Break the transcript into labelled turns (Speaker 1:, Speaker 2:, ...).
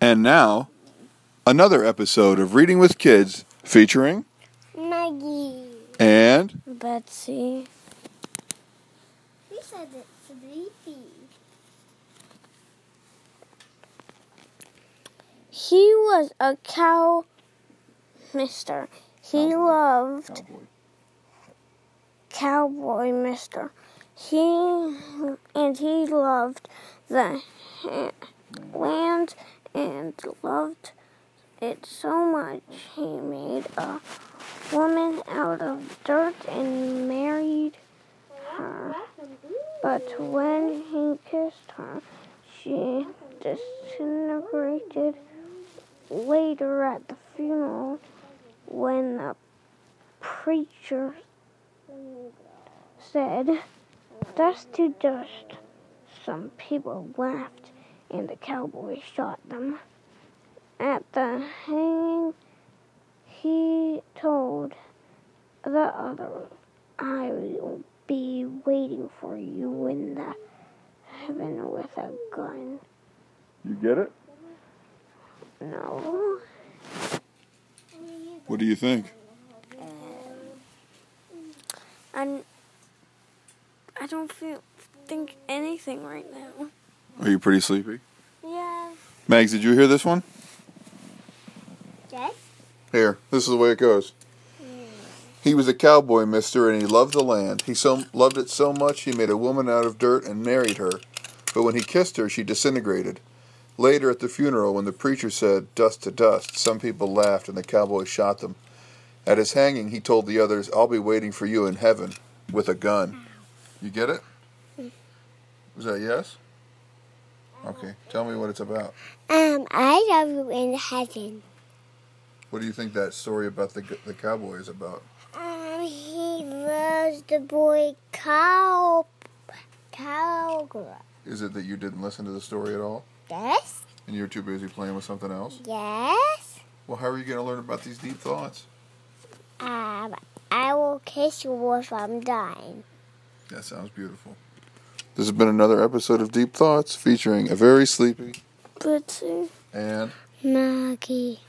Speaker 1: And now, another episode of Reading with Kids featuring
Speaker 2: Maggie.
Speaker 1: and
Speaker 2: Betsy.
Speaker 3: We said it's sleepy.
Speaker 2: He was a cow mister. He loved cowboy mister. He and he loved the ha- land and loved it so much he made a woman out of dirt and married her. But when he kissed her, she disintegrated later at the funeral when the preacher said, Dust to dust. Some people laughed and the cowboy shot them. At the hanging, he told the other, I will be waiting for you in the heaven with a gun.
Speaker 1: You get it?
Speaker 2: No.
Speaker 1: What do you think?
Speaker 2: Um, I'm, I don't feel think anything right now.
Speaker 1: Are you pretty sleepy?
Speaker 2: Yeah.
Speaker 1: Mags, did you hear this one?
Speaker 3: Yes?
Speaker 1: Here, this is the way it goes. He was a cowboy, mister, and he loved the land. He so loved it so much he made a woman out of dirt and married her. But when he kissed her, she disintegrated. Later at the funeral, when the preacher said, Dust to dust, some people laughed and the cowboy shot them. At his hanging, he told the others, I'll be waiting for you in heaven with a gun. You get it? Was that yes? Okay, tell me what it's about.
Speaker 3: Um, I love you in heaven.
Speaker 1: What do you think that story about the, the cowboy is about?
Speaker 3: Um, he loves the boy cow. Cow girl.
Speaker 1: Is it that you didn't listen to the story at all?
Speaker 3: Yes?
Speaker 1: and you're too busy playing with something else.
Speaker 3: Yes?
Speaker 1: Well, how are you going to learn about these deep thoughts?
Speaker 3: Um, I will kiss you if I'm dying.
Speaker 1: That sounds beautiful. This has been another episode
Speaker 2: uh,
Speaker 1: of Deep Thoughts featuring a very sleepy
Speaker 2: Betsy.
Speaker 1: and
Speaker 3: Maggie.